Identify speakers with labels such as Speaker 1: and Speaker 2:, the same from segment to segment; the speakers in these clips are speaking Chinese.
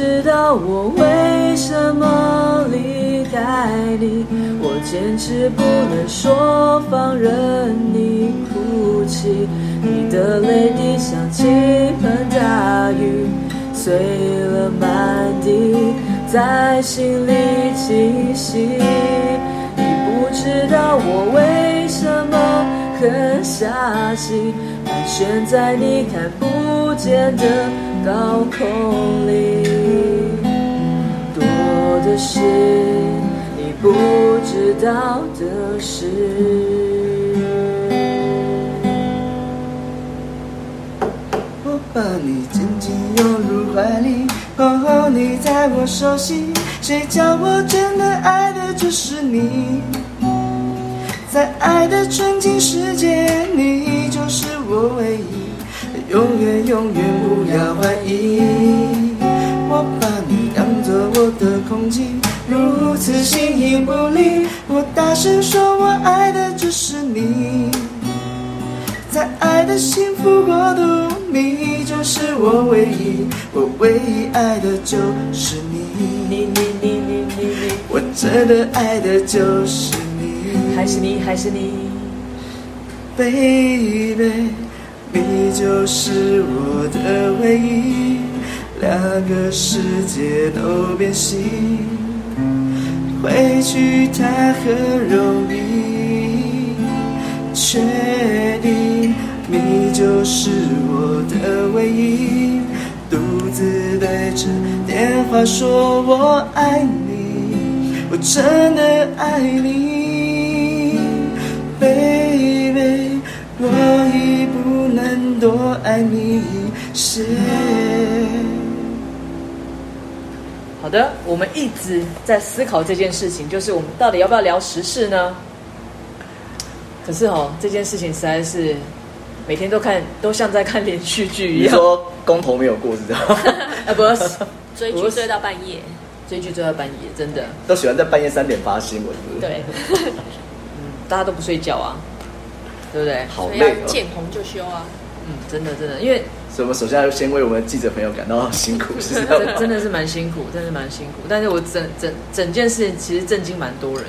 Speaker 1: 我为什么离开你？我坚持不能说放任你哭泣，你的泪滴像倾盆大雨，碎了满地，在心里清晰。你不知道我为什么狠下心，盘旋在你看不见的高空里。多的是你不知道的事。
Speaker 2: 我把你紧紧拥入怀里，过后你在我手心，谁叫我真的爱的就是你？在爱的纯净世界，你就是我唯一，永远永远不要怀疑。我把你当做我的空气，如此形影不离。我大声说，我爱的就是你。在爱的幸福国度，你就是我唯一，我唯一爱的就是你，
Speaker 1: 你你你你你你，
Speaker 2: 我真的爱的就是你，
Speaker 1: 还是你还是你，
Speaker 2: baby，你就是我的唯一，两个世界都变形，回去它很容易，确定你就是我的唯一，独自对着电话说我爱你，我真的爱你，baby，我已不能多爱你一些。
Speaker 1: 好的，我们一直在思考这件事情，就是我们到底要不要聊时事呢？可是哦，这件事情实在是每天都看，都像在看连续剧一
Speaker 3: 你
Speaker 1: 样。
Speaker 3: 说公投没有过是这样？
Speaker 1: 啊，不 是，
Speaker 4: 追剧追到半夜，
Speaker 1: 追剧追到半夜，真的，
Speaker 3: 都喜欢在半夜三点发新闻，是不是，
Speaker 4: 对，
Speaker 1: 嗯大家都不睡觉啊，对不对？
Speaker 3: 好
Speaker 4: 所以
Speaker 3: 累
Speaker 4: 要
Speaker 3: 哦。
Speaker 4: 见红就休啊。
Speaker 1: 嗯，真的真的，因为
Speaker 3: 所以我们首先要先为我们的记者朋友感到辛 苦，是这样
Speaker 1: 真
Speaker 3: 吗？
Speaker 1: 真的是蛮辛苦，真的是蛮辛苦。但是我整整整件事情其实震惊蛮多人的，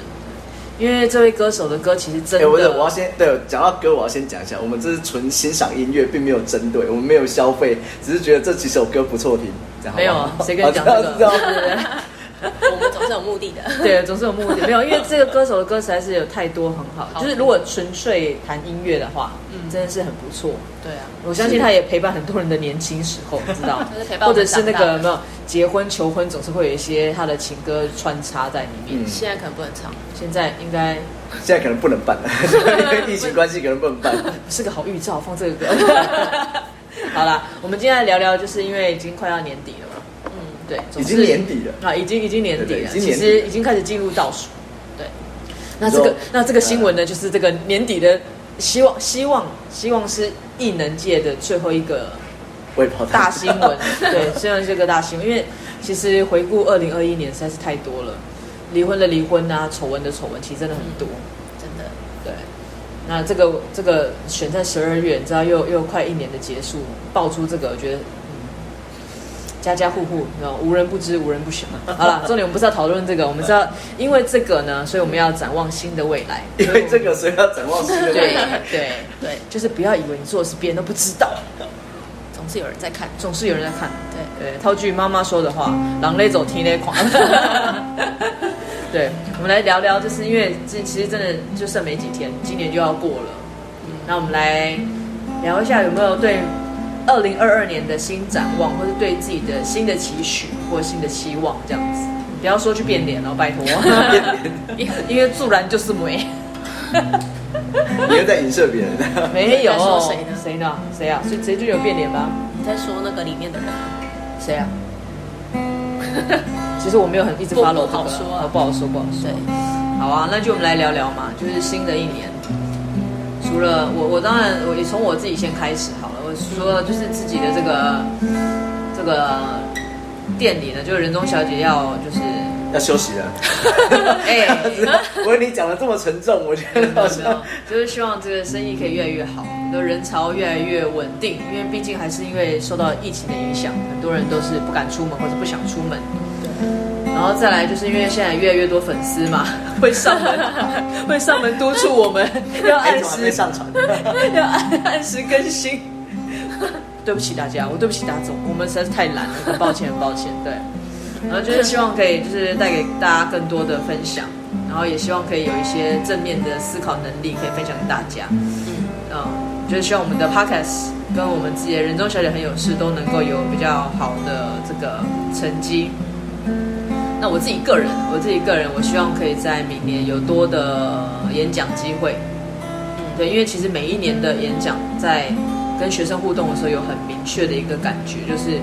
Speaker 1: 因为这位歌手的歌其实真
Speaker 3: 哎、
Speaker 1: 的，
Speaker 3: 我我要先对讲到歌，我要先讲一下，我们这是纯欣赏音乐，并没有针对，我们没有消费，只是觉得这几首歌不错听，这样好
Speaker 1: 没有
Speaker 3: 不好
Speaker 1: 啊 谁跟你讲这
Speaker 3: 啊
Speaker 1: 个，
Speaker 3: 知道
Speaker 1: 对
Speaker 3: 知道
Speaker 1: 对对。
Speaker 4: 我们总是有目的的。
Speaker 1: 对，总是有目的。没有，因为这个歌手的歌实在是有太多很好，
Speaker 4: 好
Speaker 1: 就是如果纯粹谈音乐的话，嗯，
Speaker 4: 嗯
Speaker 1: 真的是很不错。
Speaker 4: 对啊，
Speaker 1: 我相信他也陪伴很多人的年轻时 候，你知道
Speaker 4: 就是陪，伴
Speaker 1: 或
Speaker 4: 我们
Speaker 1: 者是那
Speaker 4: 长
Speaker 1: 个
Speaker 4: 大
Speaker 1: 有没有结婚、求婚，总是会有一些他的情歌穿插在里面。
Speaker 3: 嗯
Speaker 4: 现在可能不能唱，
Speaker 1: 现在应该
Speaker 3: 现在可能不能办 了，因为疫情关系可能不能办。
Speaker 1: 是个好预兆，放这个歌。 好啦，我们今天来聊聊，就是因为已经快要年底了嘛，
Speaker 4: 嗯，
Speaker 1: 对，总
Speaker 3: 已
Speaker 1: 之
Speaker 3: 经年底了，
Speaker 1: 啊，已经已经年底
Speaker 3: 对
Speaker 1: 了，
Speaker 3: 对已经年
Speaker 1: 其
Speaker 3: 底
Speaker 1: 实
Speaker 3: 了
Speaker 1: 已经开始进入倒数。
Speaker 4: 对，
Speaker 1: 那这个
Speaker 3: 你说呃
Speaker 1: 那这个新闻呢，就是这个年底的希望，希望希望是艺能界的最后一个
Speaker 3: 我也不知道他
Speaker 1: 大新 闻。对，虽然是个大新闻，因为其实回顾二零二一年实在是太多了，离婚的离婚啊，丑闻的丑闻，其实真的很多。
Speaker 4: 真的。
Speaker 1: 对，那这个这个选在十二月，你知道又又快一年的结束，爆出这个，我觉得。嗯嗯家家户户，然后无人不知，无人不晓。好了，重点我们不是要讨论这个，我们是要因为这个呢，所以我们要展望新的未来。
Speaker 3: 因为这个，所以要展望新的未
Speaker 1: 对
Speaker 3: 来。
Speaker 1: 对对，就是不要以为你做的事别人都不知道，
Speaker 4: 总是有人在看。
Speaker 1: 总是有人在看。
Speaker 4: 对，
Speaker 1: 对，套句妈妈说的话，狼类走天雷 狂。对，我们来聊聊，就是因为这其实真的就剩没几天，今年就要过了。
Speaker 4: 嗯
Speaker 1: 那我们来聊一下有没有对二零二二年的新展望，或是对自己的新的期许或新的期望这样子。不要说去变脸哦，拜托， 因为因为助燃就是美，
Speaker 3: 你又在影射别人，
Speaker 1: 没有
Speaker 4: 在说谁呢
Speaker 1: 谁呢？谁啊？谁谁就有变脸吧？
Speaker 4: 你在说那个里面的人啊？
Speaker 1: 谁啊？ 其实我没有很一直
Speaker 4: 不
Speaker 1: follow 这个，
Speaker 4: 不好说啊
Speaker 1: 哦不好说，不好说。
Speaker 4: 对，
Speaker 1: 好啊，那就我们来聊聊嘛，就是新的一年，除了我，我当然我也从我自己先开始好了。我说就是自己的这个这个店里呢，就是人中小姐要就是，
Speaker 3: 要休息了。
Speaker 1: 哎、
Speaker 3: 我以为你讲的这么沉重，我觉得好
Speaker 1: 没有
Speaker 3: 像
Speaker 1: 就是希望这个生意可以越来越好，的人潮越来越稳定，因为毕竟还是因为受到疫情的影响，很多人都是不敢出门或者不想出门。然后再来就是因为现在越来越多粉丝嘛，会上门，会上门督促 我们要
Speaker 2: 还
Speaker 1: 按
Speaker 2: 是还
Speaker 1: 时
Speaker 2: 没上传。
Speaker 1: 要按按时更新。对不起大家，我对不起大众，我们实在是太懒了，很抱歉，很抱歉。对，然后就是希望可以就是带给大家更多的分享，然后也希望可以有一些正面的思考能力可以分享给大家。嗯，就是希望我们的 podcast 跟我们自己的人中小姐很有事都能够有比较好的这个成绩。那我自己个人，我自己个人，我希望可以在明年有多的演讲机会。嗯，对，因为其实每一年的演讲在跟学生互动的时候，有很明确的一个感觉，就是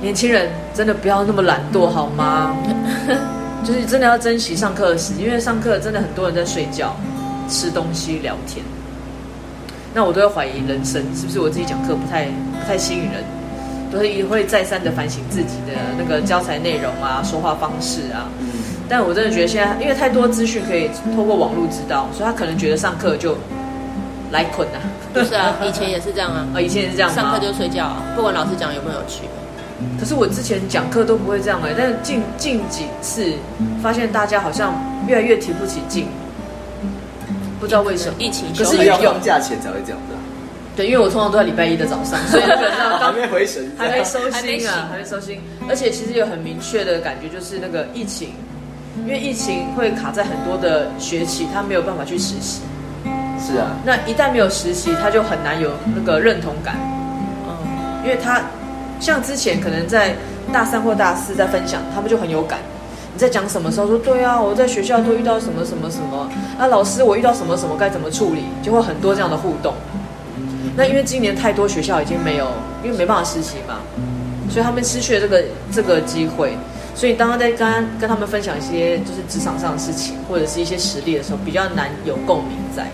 Speaker 1: 年轻人真的不要那么懒惰好吗？就是真的要珍惜上课的时，因为上课真的很多人在睡觉、吃东西、聊天。那我都会怀疑人生是不是我自己讲课不太不太吸引人，所以会再三的反省自己的那个教材内容啊、说话方式啊。
Speaker 3: 嗯
Speaker 1: 但我真的觉得现在因为太多资讯可以透过网络知道，所以他可能觉得上课就来捆啊。
Speaker 4: 不 是啊，以前也是这样啊，
Speaker 1: 啊，以前也是这样吗？
Speaker 4: 上课就睡觉啊，不管老师讲有没有趣。
Speaker 1: 可是我之前讲课都不会这样哎、但是近近几次发现大家好像越来越提不起劲，不知道为什么。
Speaker 4: 疫情
Speaker 1: 可
Speaker 4: 休
Speaker 1: 是
Speaker 2: 是
Speaker 1: 也
Speaker 2: 要
Speaker 1: 有
Speaker 2: 放假前才会这样子
Speaker 1: 对，因为我通常都在礼拜一的早上，所以基本
Speaker 2: 啊，
Speaker 1: 上
Speaker 2: 还
Speaker 1: 刚
Speaker 2: 没回神，
Speaker 1: 还没收
Speaker 4: 还没
Speaker 1: 心
Speaker 4: 醒
Speaker 1: 啊，还没收心。而且其实有很明确的感觉，就是那个疫情，因为疫情会卡在很多的学期，他没有办法去实习。
Speaker 2: 是啊，
Speaker 1: 哦那一旦没有实习，他就很难有那个认同感。
Speaker 4: 嗯，
Speaker 1: 因为他像之前可能在大三或大四在分享，他们就很有感。你在讲什么时候说对啊，我在学校都遇到什么什么什么，啊老师我遇到什么什么该怎么处理，就会很多这样的互动。那因为今年太多学校已经没有，因为没办法实习嘛，所以他们失去了这个这个机会。所以当他在跟他跟他们分享一些就是职场上的事情，或者是一些实例的时候，比较难有共鸣在。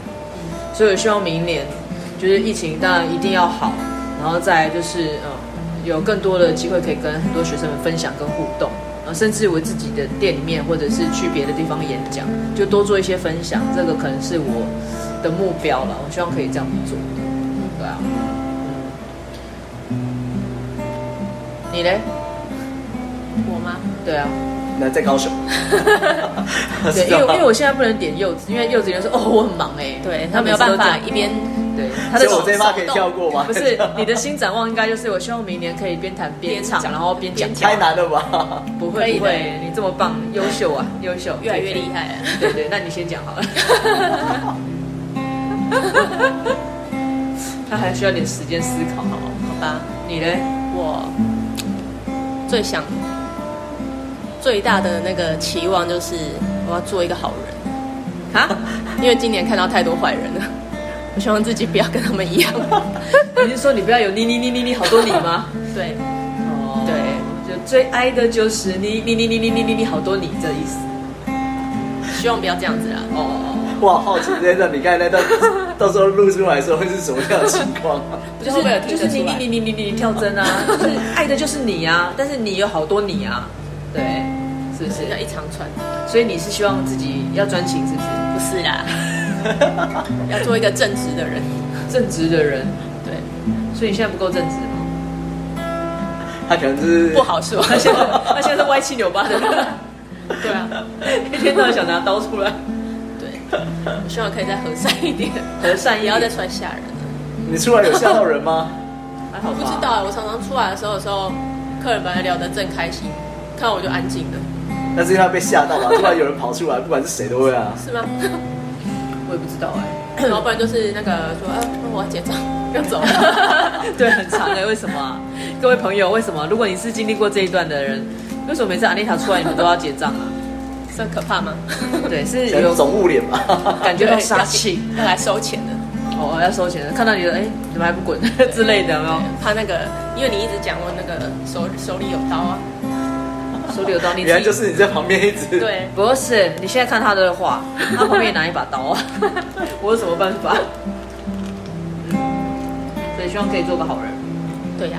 Speaker 1: 所以我希望明年就是疫情当然一定要好，然后再来就是嗯有更多的机会可以跟很多学生们分享跟互动，呃，甚至我自己的店里面或者是去别的地方演讲，就多做一些分享，这个可能是我的目标了。我希望可以这样做，对啊，嗯你嘞？
Speaker 4: 我吗？
Speaker 1: 对啊，
Speaker 2: 那在高手。 啊
Speaker 1: 对，因为因为我现在不能点柚子，因为柚子有人说哦我很忙哎、
Speaker 4: 对他没有办法一边
Speaker 1: 对，他
Speaker 2: 他
Speaker 1: 的
Speaker 2: 的我
Speaker 1: 手
Speaker 2: 这一趴可以跳过吗？
Speaker 1: 不是 你的新展望，应该就是我希望明年可以边弹边唱，
Speaker 4: 边
Speaker 1: 然后边讲
Speaker 4: 边。讲
Speaker 2: 太难了吧？
Speaker 1: 不
Speaker 4: 可
Speaker 1: 会
Speaker 4: 以
Speaker 1: 不
Speaker 4: 的
Speaker 1: 会，你这么棒，优秀啊，优秀，
Speaker 4: 越来越厉害啊。
Speaker 1: 对。对对，那你先讲好了。他还需要点时间思考，好吗？
Speaker 4: 好吧，
Speaker 1: 你嘞？
Speaker 4: 我最想最大的那个期望就是我要做一个好人，
Speaker 1: 啊？
Speaker 4: 因为今年看到太多坏人了，我希望自己不要跟他们一 样。
Speaker 1: 你是说你不要有你你你你你好多你吗？
Speaker 4: 对，
Speaker 1: 哦，
Speaker 4: 对，
Speaker 1: 就最哀的就是你你你你你你你你好多你这意思。
Speaker 4: 希望不要这样子啊啦。
Speaker 1: 哦哦
Speaker 2: 哇，好奇那段，你看那段， 到时候录出来的时候会是什么样的情况？
Speaker 1: 哦，
Speaker 4: 不
Speaker 1: 就
Speaker 4: 知道会不会有
Speaker 1: 是就是你
Speaker 4: 听得出
Speaker 1: 你
Speaker 4: 来
Speaker 1: 你你你你你跳针啊， 就是爱的就是你啊，但是你有好多你啊，对，是不是？
Speaker 4: 要一长串，
Speaker 1: 所以你是希望自己要专情，是不是？
Speaker 4: 不是啦， 要做一个正直的人。
Speaker 1: 正直的人，
Speaker 4: 对，
Speaker 1: 所以你现在不够正直吗？
Speaker 2: 他可能是
Speaker 4: 不，好说。
Speaker 1: 他现在他现在是歪七扭八的，
Speaker 4: 对啊，
Speaker 1: 一天到晚想拿刀出来。
Speaker 4: 对，我希望可以再和善一点，
Speaker 1: 和善一点
Speaker 4: 不要再穿吓人了。
Speaker 2: 你出来有吓到人吗？
Speaker 1: 还好吧？
Speaker 4: 不知道，啊，我常常出来的时候，有时候客人本来聊得正开心，看我就安静了，
Speaker 2: 那是因为他被吓到吧？突然有人跑出来，不管是谁都会 啊。
Speaker 4: 是 吗？
Speaker 1: 我也不知道欸
Speaker 4: 然后不然就是那个说，啊，那我要结账，要走了。
Speaker 1: 哎、 对，很长哎、为什么啊、各位朋友，为什么？如果你是经历过这一段的人，为什么每次阿丽塔出来你们都要结账啊？
Speaker 4: 这很可怕吗？
Speaker 1: 对，是
Speaker 2: 可能
Speaker 1: 有
Speaker 2: 总务脸吧，
Speaker 1: 感觉到杀气
Speaker 4: 对要要来收钱的。
Speaker 1: 哦，要收钱了，看到你的哎、你怎么还不滚 之类的，有没有？
Speaker 4: 怕那个，因为你一直讲我那个手手里有刀啊，
Speaker 1: 手里有刀，你自己
Speaker 2: 原来就是你在旁边一直。
Speaker 4: 对，
Speaker 1: 不是，你现在看他的话，他旁边也拿一把刀 啊，我有什么办法？所以希望可以做个好人。
Speaker 4: 对呀、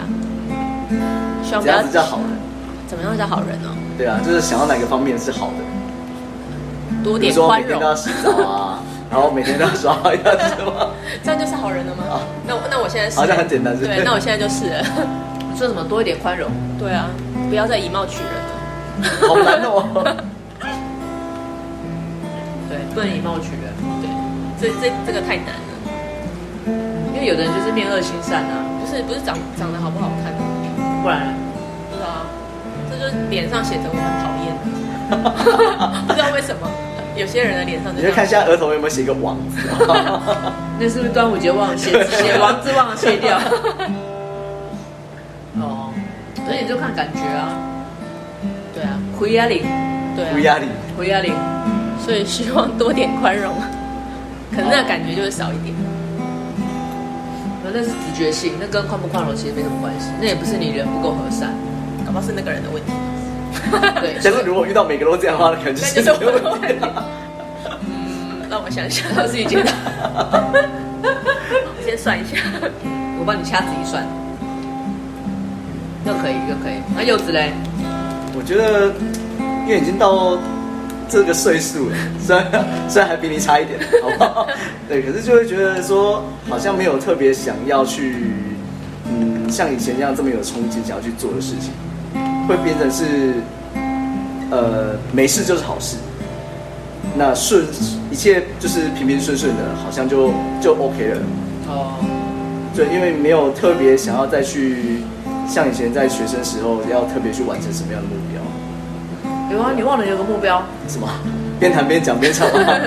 Speaker 4: 希
Speaker 2: 这
Speaker 4: 望不要
Speaker 2: 样子叫好人。
Speaker 4: 怎么样叫好人哦？
Speaker 2: 对啊，就是想要哪个方面是好的，
Speaker 4: 多
Speaker 2: 比如
Speaker 4: 点
Speaker 2: 说
Speaker 4: 宽
Speaker 2: 每天
Speaker 4: 容
Speaker 2: 都，要洗澡 啊，然后每天都要刷牙，是吗？
Speaker 4: 这样就是好人了吗？
Speaker 2: 啊
Speaker 4: 那我那我现在是
Speaker 2: 好像很简单是不是
Speaker 4: 对，那我现在就是了
Speaker 1: 你说什么多一点宽容？
Speaker 4: 对啊，不要再以貌取人了。
Speaker 2: 好难哦。
Speaker 1: 对，不能以貌取人，
Speaker 4: 对，这这这个太难了，
Speaker 1: 因为有的人就是面恶心善啊，
Speaker 4: 不是不是长长得好不好看，啊
Speaker 1: 不然
Speaker 4: 不知道啊，这就是脸上写着我很讨厌，啊 不知道为什么，有些人的脸上
Speaker 2: 你
Speaker 4: 就
Speaker 2: 就看一
Speaker 4: 这样
Speaker 2: 下额头有没有写一个啊王字，
Speaker 1: 那是不是端午节忘了写写王字忘了卸 掉？哦，所以你就看感觉啊，
Speaker 4: 对啊，
Speaker 1: 回压力，
Speaker 4: 对
Speaker 2: 乌
Speaker 4: 啊，
Speaker 2: 鸦里
Speaker 1: 回压力，
Speaker 4: 所以希望多点宽容，可能那个感觉就会少一点。
Speaker 1: 那是直觉性，那跟宽不宽容其实没什么关系，那也不是你人不够和善，
Speaker 4: 搞不好是那个人的问题。
Speaker 1: 对，
Speaker 2: 但是如果遇到每个都这样的话，那可能就
Speaker 4: 那
Speaker 2: 是
Speaker 4: 就是
Speaker 2: 有
Speaker 4: 我的
Speaker 2: 问
Speaker 4: 问
Speaker 2: 题
Speaker 4: 题
Speaker 2: 了。。
Speaker 4: 嗯，让我想想，
Speaker 1: 我自己觉得，
Speaker 4: 我先算一 下。
Speaker 1: 我帮你掐指一算，又可以又可以，那柚子嘞，
Speaker 2: 我觉得，因为已经到这个岁数了， 虽然虽然还比你差一点， 好不好？对，可是就会觉得说，好像没有特别想要去，嗯，像以前一样这么有冲劲想要去做的事情，会变成是，呃，没事就是好事。那顺一切就是平平顺顺的，好像就就 OK 了。
Speaker 1: 哦，
Speaker 2: 对，因为没有特别想要再去像以前在学生时候要特别去完成什么样的目标。
Speaker 1: 有啊，你忘了有个目标，
Speaker 2: 什么？边弹边讲边唱 吗？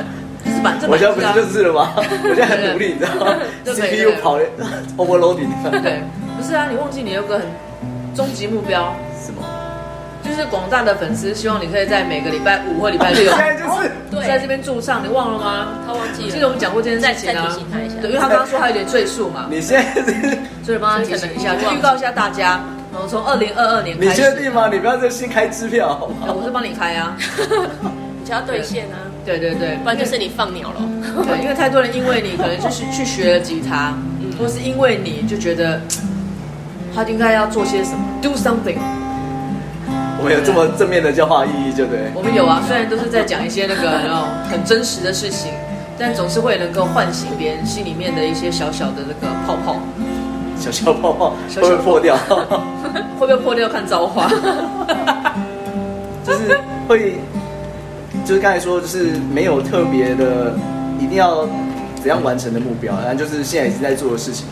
Speaker 1: 就是板正
Speaker 2: 我
Speaker 1: 板
Speaker 2: 现在不
Speaker 1: 字
Speaker 2: 是
Speaker 1: 啊，
Speaker 2: 就是 了吗？我现在很努力，你知道吗
Speaker 1: 对对对
Speaker 2: ？CPU 跑了 overloading，
Speaker 1: 对，不是啊，你忘记你有个很终极目标，
Speaker 2: 什么？
Speaker 1: 就是广大的粉丝希望你可以在每个礼拜五或礼拜
Speaker 2: 现
Speaker 1: 六哦
Speaker 2: 在就是
Speaker 4: 对，
Speaker 1: 在这边驻唱，你忘了吗？
Speaker 4: 他忘记了，
Speaker 1: 记得我们讲过这件事情
Speaker 4: 再
Speaker 1: 啊
Speaker 4: 再提醒他一下，
Speaker 1: 对，因为他刚刚说他有点赘述嘛，
Speaker 2: 你现在是，
Speaker 1: 所以帮他提醒一下，就预告一下大家，嗯，从二零二二年
Speaker 2: 你
Speaker 1: 开始，
Speaker 2: 确定吗？你不要再新开支票好吗？
Speaker 1: 对我是帮你开啊，
Speaker 4: 你就要兑现啊，
Speaker 1: 对对对，
Speaker 4: 不然就是你放鸟了。
Speaker 1: 对，因为太多人因为你可能就是去学了吉他，嗯，或是因为你就觉得他应该要做些什么，do something。
Speaker 2: 我们有这么正面的教化意义，对不对？
Speaker 1: 我们有啊，
Speaker 4: 嗯
Speaker 1: 虽然都是在讲一些那个那种很真实的事情，但总是会能够唤醒别人心里面的一些小小的那个泡 泡，
Speaker 2: 小小泡泡
Speaker 1: 小
Speaker 2: 会
Speaker 1: 小
Speaker 2: 不会破掉？
Speaker 1: 会不会破掉看造化？
Speaker 2: 就是会，就是刚才说，就是没有特别的一定要怎样完成的目标，然后就是现在已经在做的事情，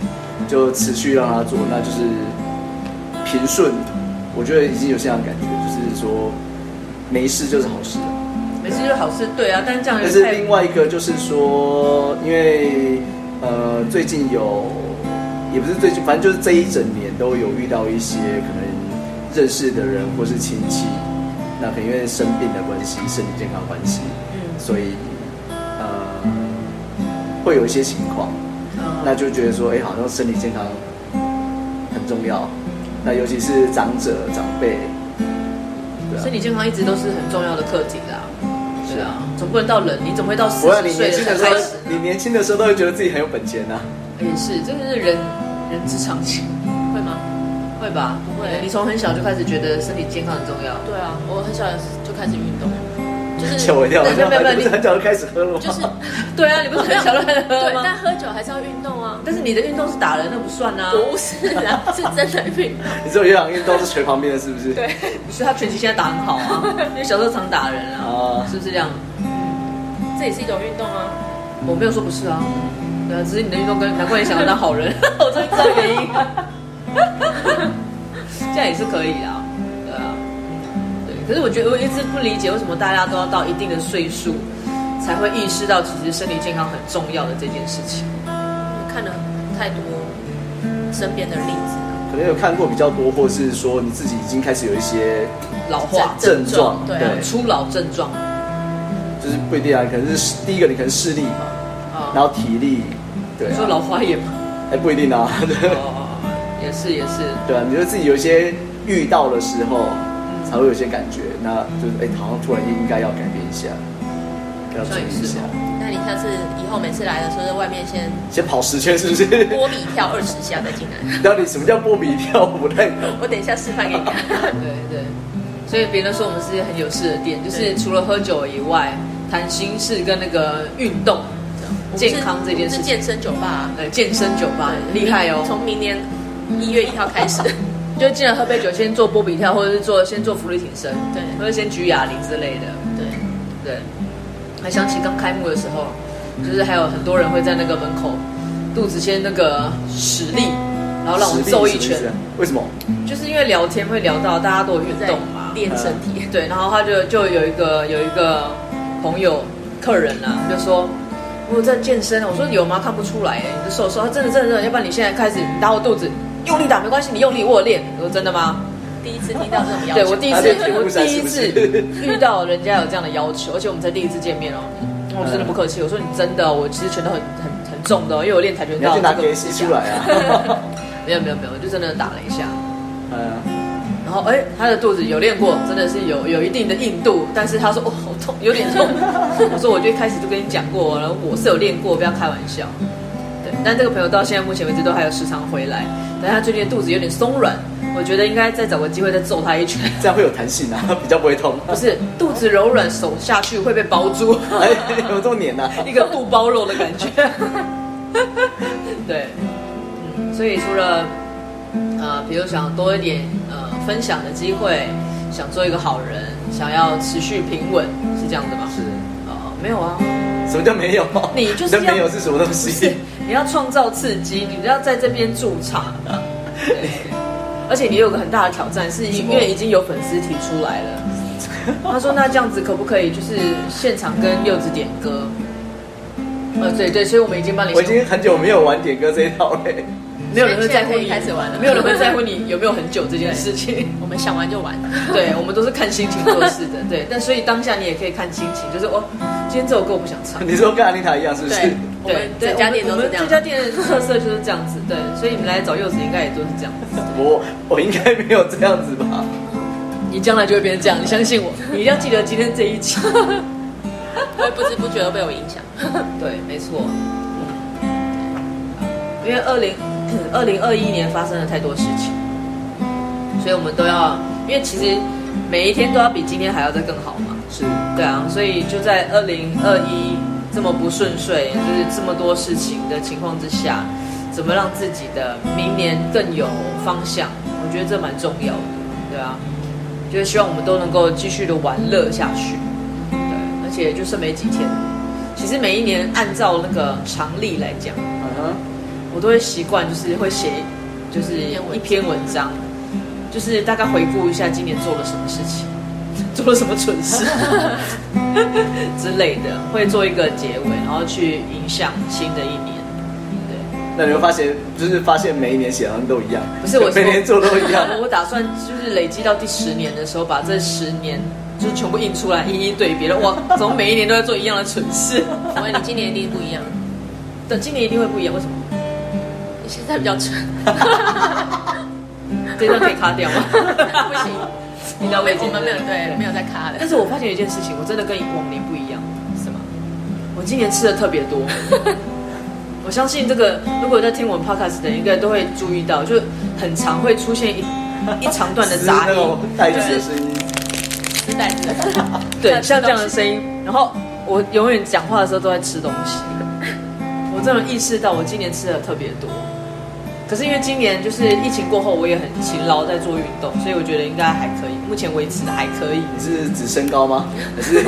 Speaker 2: 就持续让它做，那就是平顺。我觉得已经有这样的感觉，就是说没事就是好事了。
Speaker 1: 每次就是好事，对啊，但是这样
Speaker 2: 但
Speaker 1: 就是太
Speaker 2: 另外一个就是说，因为呃最近有，也不是最近，反正就是这一整年都有遇到一些可能认识的人或是亲戚，那可能因为生病的关系、身体健康的关系，
Speaker 1: 嗯
Speaker 2: 所以呃会有一些情况，
Speaker 1: 嗯
Speaker 2: 那就觉得说，哎、好像身体健康很重要，那尤其是长者、长辈，对啊
Speaker 1: 身。体健康一直都是很重要的课题啦。对啊，总不能到人，你总会到四
Speaker 2: 不然
Speaker 1: 十
Speaker 2: 你
Speaker 1: 岁
Speaker 2: 年轻
Speaker 1: 才
Speaker 2: 的时候
Speaker 1: 开始，。
Speaker 2: 你年轻的时候都会觉得自己很有本钱啊呐、
Speaker 1: 也是，这个是人人之常情，
Speaker 4: 会吗？
Speaker 1: 会 吧？
Speaker 4: 不会
Speaker 1: 你从很小就开始觉得身体健康很重要。
Speaker 4: 对啊，我很小就开始运动，啊 就是
Speaker 2: 吓我一跳！
Speaker 1: 没
Speaker 2: 我
Speaker 1: 有没有没有
Speaker 2: 不
Speaker 1: 你
Speaker 2: 是很早就开始喝了吗？
Speaker 4: 就是
Speaker 1: 对啊，你不是 很小就开始喝
Speaker 4: 对，
Speaker 2: 啊
Speaker 4: 但
Speaker 1: 吗？
Speaker 4: 喝酒还是要运动啊。
Speaker 1: 但是你的运动是打人，那不算啊。
Speaker 4: 不是啊， 是真的运动。
Speaker 2: 你说有氧运动是捶旁边的，是不是？
Speaker 4: 对，
Speaker 1: 所以他拳击现在打很好啊，因为小时候常打人啊
Speaker 2: 哦，
Speaker 1: 是不是这样？
Speaker 4: 这也是一种运动啊。
Speaker 1: 我没有说不是啊，对啊，只是你的运动跟难怪你想要当好人， 我真知道原因， 这样也是可以啊，对啊，对。可是我觉得我一直不理解为什么大家都要到一定的岁数才会意识到其实身体健康很重要的这件事情。
Speaker 4: 看了太多身边的例子了，
Speaker 2: 可能有看过比较多，或是说你自己已经开始有一些，
Speaker 1: 老化
Speaker 2: 症状
Speaker 4: 对
Speaker 2: 对
Speaker 4: 啊，
Speaker 1: 初老症状啊
Speaker 2: 就是不一定啊，可能是第一个你可能视力嘛，然
Speaker 1: 啊，
Speaker 2: 后体力，对
Speaker 1: 你说
Speaker 2: 啊，
Speaker 1: 老花 眼吗？
Speaker 2: 哎不一 定啊，对
Speaker 1: 哦，也是也是，
Speaker 2: 对啊，你就自己有一些遇到的时候才会有一些感觉，那就是哎好像突然应该要改变一下，要注意
Speaker 1: 好像也
Speaker 2: 一下
Speaker 1: 是，哦
Speaker 4: 那你下次以后每次来的时候，在外面先
Speaker 2: 先跑十圈是不是？
Speaker 4: 波比跳二十下再进来。
Speaker 2: 到底什么叫波比跳？我不太懂。
Speaker 4: 我等一下示范给你看。
Speaker 1: 对对，所以别人说我们是很有事的店，就是除了喝酒以外，谈心事跟那个运动、健康这件事
Speaker 4: 啊
Speaker 1: 情，
Speaker 4: 是健身酒吧啊、
Speaker 1: 呃，健身酒吧
Speaker 4: 对
Speaker 1: 厉害哦。
Speaker 4: 从明年一月一号开始，
Speaker 1: 就进来喝杯酒，先做波比跳，或者是做先做浮力挺身，
Speaker 4: 对
Speaker 1: 或者先举哑铃之类的，
Speaker 4: 对，
Speaker 1: 对。还想起刚开幕的时候，就是还有很多人会在那个门口肚子先那个使力，然后让我
Speaker 2: 实力
Speaker 1: 揍一
Speaker 2: 是不
Speaker 1: 拳
Speaker 2: 是，为什么？啊
Speaker 1: 就是因为聊天会聊到大家都有运
Speaker 4: 在
Speaker 1: 动嘛，
Speaker 4: 练身体，
Speaker 1: 对，然后他就就有一个有一个朋友客人啦、就说我有在健身啊，我说有吗？看不出来耶，你的瘦瘦，他真的真的真的，要不然你现在开始你打我肚子，用力打没关系，你用力我有练。我说真的吗？
Speaker 4: 第一次听到这种要求，
Speaker 1: 对我第一
Speaker 2: 他
Speaker 1: 次
Speaker 2: 练腿
Speaker 1: 我
Speaker 2: 部三
Speaker 1: 第一
Speaker 2: 十不
Speaker 1: 次
Speaker 2: 是
Speaker 1: 遇到人家有这样的要求，而且我们才第一次见面哦。我真的不客气，我说你真的，哦我其实拳头很很很重的哦，因为我练跆拳
Speaker 2: 你要
Speaker 1: 道。
Speaker 2: 去拿
Speaker 1: 这个
Speaker 2: 给
Speaker 1: 不是
Speaker 2: 吸
Speaker 1: 假
Speaker 2: 出
Speaker 1: 的
Speaker 2: 来啊！
Speaker 1: 没有没有没有，我就真的打了一下。
Speaker 2: 嗯，
Speaker 1: 然后哎，他的肚子有练过，真的是有有一定的硬度，但是他说哦好痛，有点痛。我说我就一开始就跟你讲过，然后我是有练过，不要开玩笑。对，但这个朋友到现在目前为止都还有时常回来，但他最近肚子有点松软，我觉得应该再找个机会再揍他一拳。
Speaker 2: 这样会有弹性啊， 比较不会痛。
Speaker 1: 不是肚子柔软，手下去会被包住，
Speaker 2: 哎，有多黏呐？
Speaker 1: 一个不包肉的感觉。 对，嗯，所以除了呃，比如想多一点呃分享的机会，想做一个好人，想要持续平稳，是这样子吗？
Speaker 2: 是，
Speaker 1: 呃，没有啊，
Speaker 2: 什么叫没有？
Speaker 1: 你就是要
Speaker 2: 你的没有是什么东西？
Speaker 1: 你要创造刺激，你要在这边驻场。啊对，而且你有个很大的挑战，是因为已经有粉丝提出来了。他说：“那这样子可不可以，就是现场跟柚子点歌？”呃，对对，所以我们已经帮你
Speaker 2: 我已经很久没有玩点歌这一套 嘞。
Speaker 1: 没有人会在乎你
Speaker 4: 现在可以开始玩了
Speaker 1: 没有人会在乎你有没有很久这件事情。
Speaker 4: 我们想玩就玩，
Speaker 1: 对，我们都是看心情做事的。对，但所以当下你也可以看心情，就是哦，今天这首歌我不想唱。
Speaker 2: 你说跟安妮塔一样是不是
Speaker 4: 对？我
Speaker 1: 对
Speaker 4: 们，这家店
Speaker 1: 我
Speaker 4: 都
Speaker 1: 们我
Speaker 4: 是这
Speaker 1: 们这。
Speaker 4: 样
Speaker 1: 家店的特色就是这样子。对，所以你们来找柚子应该也都是这样 子。
Speaker 2: 我我应该没有这样子吧？
Speaker 1: 你将来就会变成这样，你相信 我，你一定要记得今天这一集。
Speaker 4: 会不知不觉地被我影响。
Speaker 1: 对，没错。因为二零 二零二一年发生了太多事情，所以我们都要，因为其实每一天都要比今天还要再更好嘛。
Speaker 2: 是，
Speaker 1: 对啊，所以就在二零二一这么不顺遂，就是这么多事情的情况之下，怎么让自己的明年更有方向？我觉得这蛮重要的，对啊，就是希望我们都能够继续的玩乐下去，对，而且就剩没几天。其实每一年按照那个常例来讲，
Speaker 2: 嗯哼，
Speaker 1: 我都会习惯就是会写，就是一篇文章，就是大概回顾一下今年做了什么事情， 做了什么蠢 事之类的，会做一个结尾，然后去影响新的一年。对，
Speaker 2: 那你会发现，就是发现每一年写好像都一样，
Speaker 1: 不是我
Speaker 2: 每年做都一样。
Speaker 1: 我打算就是累积到第十年的时候，把这十年就是全部印出来，一一对比了。哇，怎么每一年都在做一样的蠢 事？
Speaker 4: 我问你今年一定不一样，
Speaker 1: 等今年一定会不一样，为什么？
Speaker 4: 你现在比较蠢，
Speaker 1: 这段可以卡掉 吗？
Speaker 4: 不行，
Speaker 1: 你知道
Speaker 4: 我们
Speaker 1: 已经
Speaker 4: 我们没有对，没有在卡的
Speaker 1: 但。是我发现一件事情，我真的跟往年不一样，什么？我今年吃的特别多。 我相信这个，如果在听我们 podcast 的人，应该都会注意到，就是很常会出现一一长段的
Speaker 2: 是
Speaker 1: 杂
Speaker 2: 那
Speaker 1: 音
Speaker 2: 种，带
Speaker 1: 就
Speaker 2: 子的
Speaker 1: 是
Speaker 2: 声音，
Speaker 4: 是袋子，
Speaker 1: 对像这样的声音。然后我永远讲话的时候都在吃东西，我真的意识到我今年吃的特别多。可是因为今年就是疫情过后，我也很勤劳在做运动，所以我觉得应该还可以，目前维持的还可以。
Speaker 2: 你是指身高吗？还是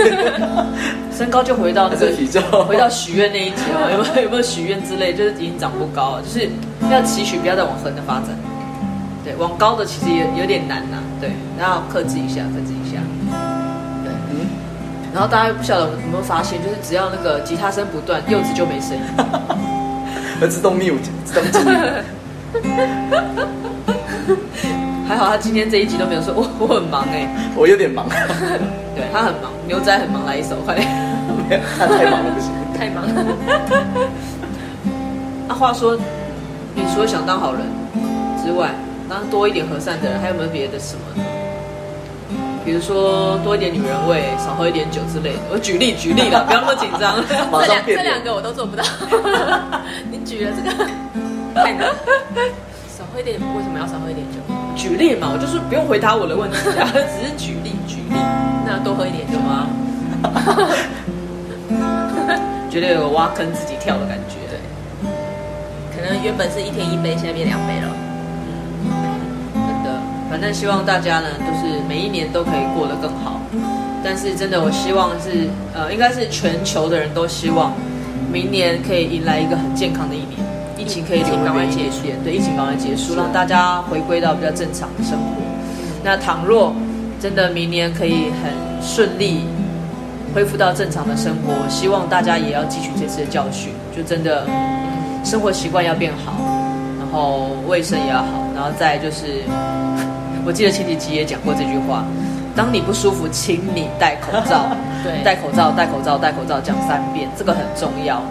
Speaker 1: 身高就回到那
Speaker 2: 还
Speaker 1: 个
Speaker 2: 是体重？
Speaker 1: 哦回 到许愿那一集哦， 有没有有没有许愿之类，就是已经长不高了，就是要期许不要再往横的发展。对，往高的其实也有点难呐、对，然后克制一下，克制一下。对，
Speaker 2: 嗯
Speaker 1: 然后大家不晓得有没有发现，就是只要那个吉他声不断，柚子就没声音。
Speaker 2: 会呃自动 mute，自动静音。
Speaker 1: 还好他今天这一集都没有说，我我很忙哎、
Speaker 2: 我有点忙，
Speaker 1: 对他很忙，牛仔很忙，来一首快点。
Speaker 2: 没有他太忙了不行。
Speaker 4: 太忙了。
Speaker 1: 那、话说，你除了想当好人之外，当多一点和善的人，还有没有别的什么呢？比如说多一点女人味，少喝一点酒之类的。我举例举例啦，不要那么紧张。
Speaker 2: 马
Speaker 4: 这
Speaker 2: 上
Speaker 4: 两这
Speaker 2: 变
Speaker 4: 两
Speaker 2: 脸，
Speaker 4: 个我都做不到，你举了这个太难了。少喝一点，为什么要少喝一点酒？
Speaker 1: 举例嘛，我就是不用回答我的问题啊，只是举例举例，
Speaker 4: 那多喝一点酒
Speaker 1: 有。吗？ 觉得有挖坑自己跳的感觉。
Speaker 4: 可能原本是一天一杯，现在变两杯了。
Speaker 1: 真的，反正希望大家呢，就是每一年都可以过得更好。但是真的，我希望是呃，应该是全球的人都希望明年可以迎来一个很健康的一年，疫情可以
Speaker 4: 疫情赶快
Speaker 1: 结束，啊对，疫情赶快结束，让大家回归到比较正常的生活。那倘若真的明年可以很顺利恢复到正常的生活，希望大家也要汲取这次的教训，就真的嗯生活习惯要变好，然后卫生也要好，然后再就是，我记得前几集也讲过这句话：，当你不舒服，请你戴口罩，
Speaker 4: 对
Speaker 1: 戴口罩，戴口罩，戴口罩，讲三遍，这个很重要，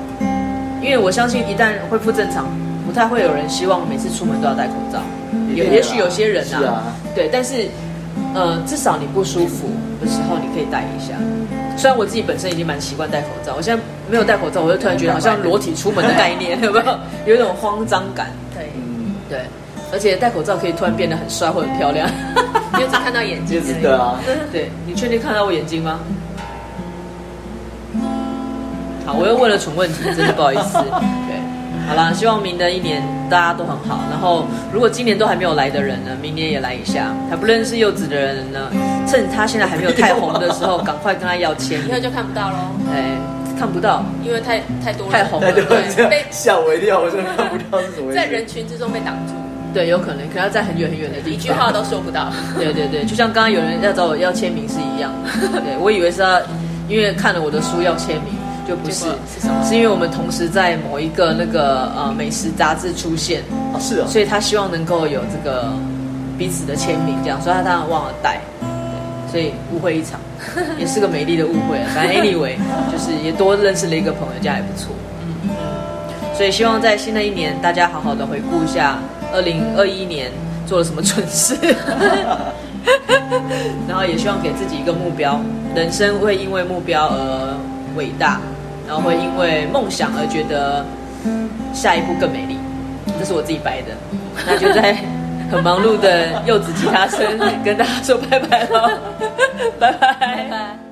Speaker 1: 因为我相信一旦恢复正常，不太会有人希望每次出门都要戴口罩，
Speaker 2: 一
Speaker 1: 有
Speaker 2: 定的啦
Speaker 1: 也许有些人啊，
Speaker 2: 是啊
Speaker 1: 对，但是呃，至少你不舒服的时候，你可以戴一下。虽然我自己本身已经蛮习惯戴口罩，我现在没有戴口罩，我就突然觉得好像裸体出门的概念，有没有？有一种慌张感。
Speaker 4: 对，
Speaker 2: 嗯，
Speaker 1: 对，而且戴口罩可以突然变得很帅或很漂亮。
Speaker 4: 因为只看到眼睛
Speaker 2: 也
Speaker 4: 而已
Speaker 2: 是的啊。
Speaker 1: 对你确定看到我眼睛吗？
Speaker 4: 嗯
Speaker 1: 好，我又问了蠢问题，真的不好 意思。对，好啦，希望明的一年大家都很好。然后，如果今年都还没有来的人呢，明年也来一下。还不认识柚子的人呢，趁他现在还没有太红的时候，赶快跟他要 签。
Speaker 4: 以后就看不到喽，
Speaker 1: 哎，看不到，
Speaker 4: 因为太太多人
Speaker 1: 太红了
Speaker 2: 哎， 对，这
Speaker 4: 对，
Speaker 2: 样
Speaker 4: 被
Speaker 2: 吓我一跳，我真的看不到是什么意思。
Speaker 4: 在人群之中被挡住，
Speaker 1: 对，有可能，可能要在很远很远的地方。
Speaker 4: 一句话都说不到。
Speaker 1: 对对对，就像刚刚有人要找我要签名是 一样的。对，我以为是要，因为看了我的书要签名，就不是
Speaker 4: 结果，是什么
Speaker 1: 因为我们同时在某一个那个呃美食杂志出现，
Speaker 2: 哦是哦，
Speaker 1: 所以他希望能够有这个彼此的签名，这样，所以他当然忘了带。对，所以误会一 场，也是个美丽的误会啊。反正 anyway，就是也多认识了一个朋友，这样也不错。
Speaker 4: 嗯
Speaker 1: 嗯所以希望在新的一年，大家好好的回顾一下二零二一年做了什么蠢 事，然后也希望给自己一个目标，人生会因为目标而伟大，然后会因为梦想而觉得下一步更美丽，这是我自己掰的，那就在很忙碌的柚子吉他声跟大家说拜拜喽，拜拜。
Speaker 4: 拜拜。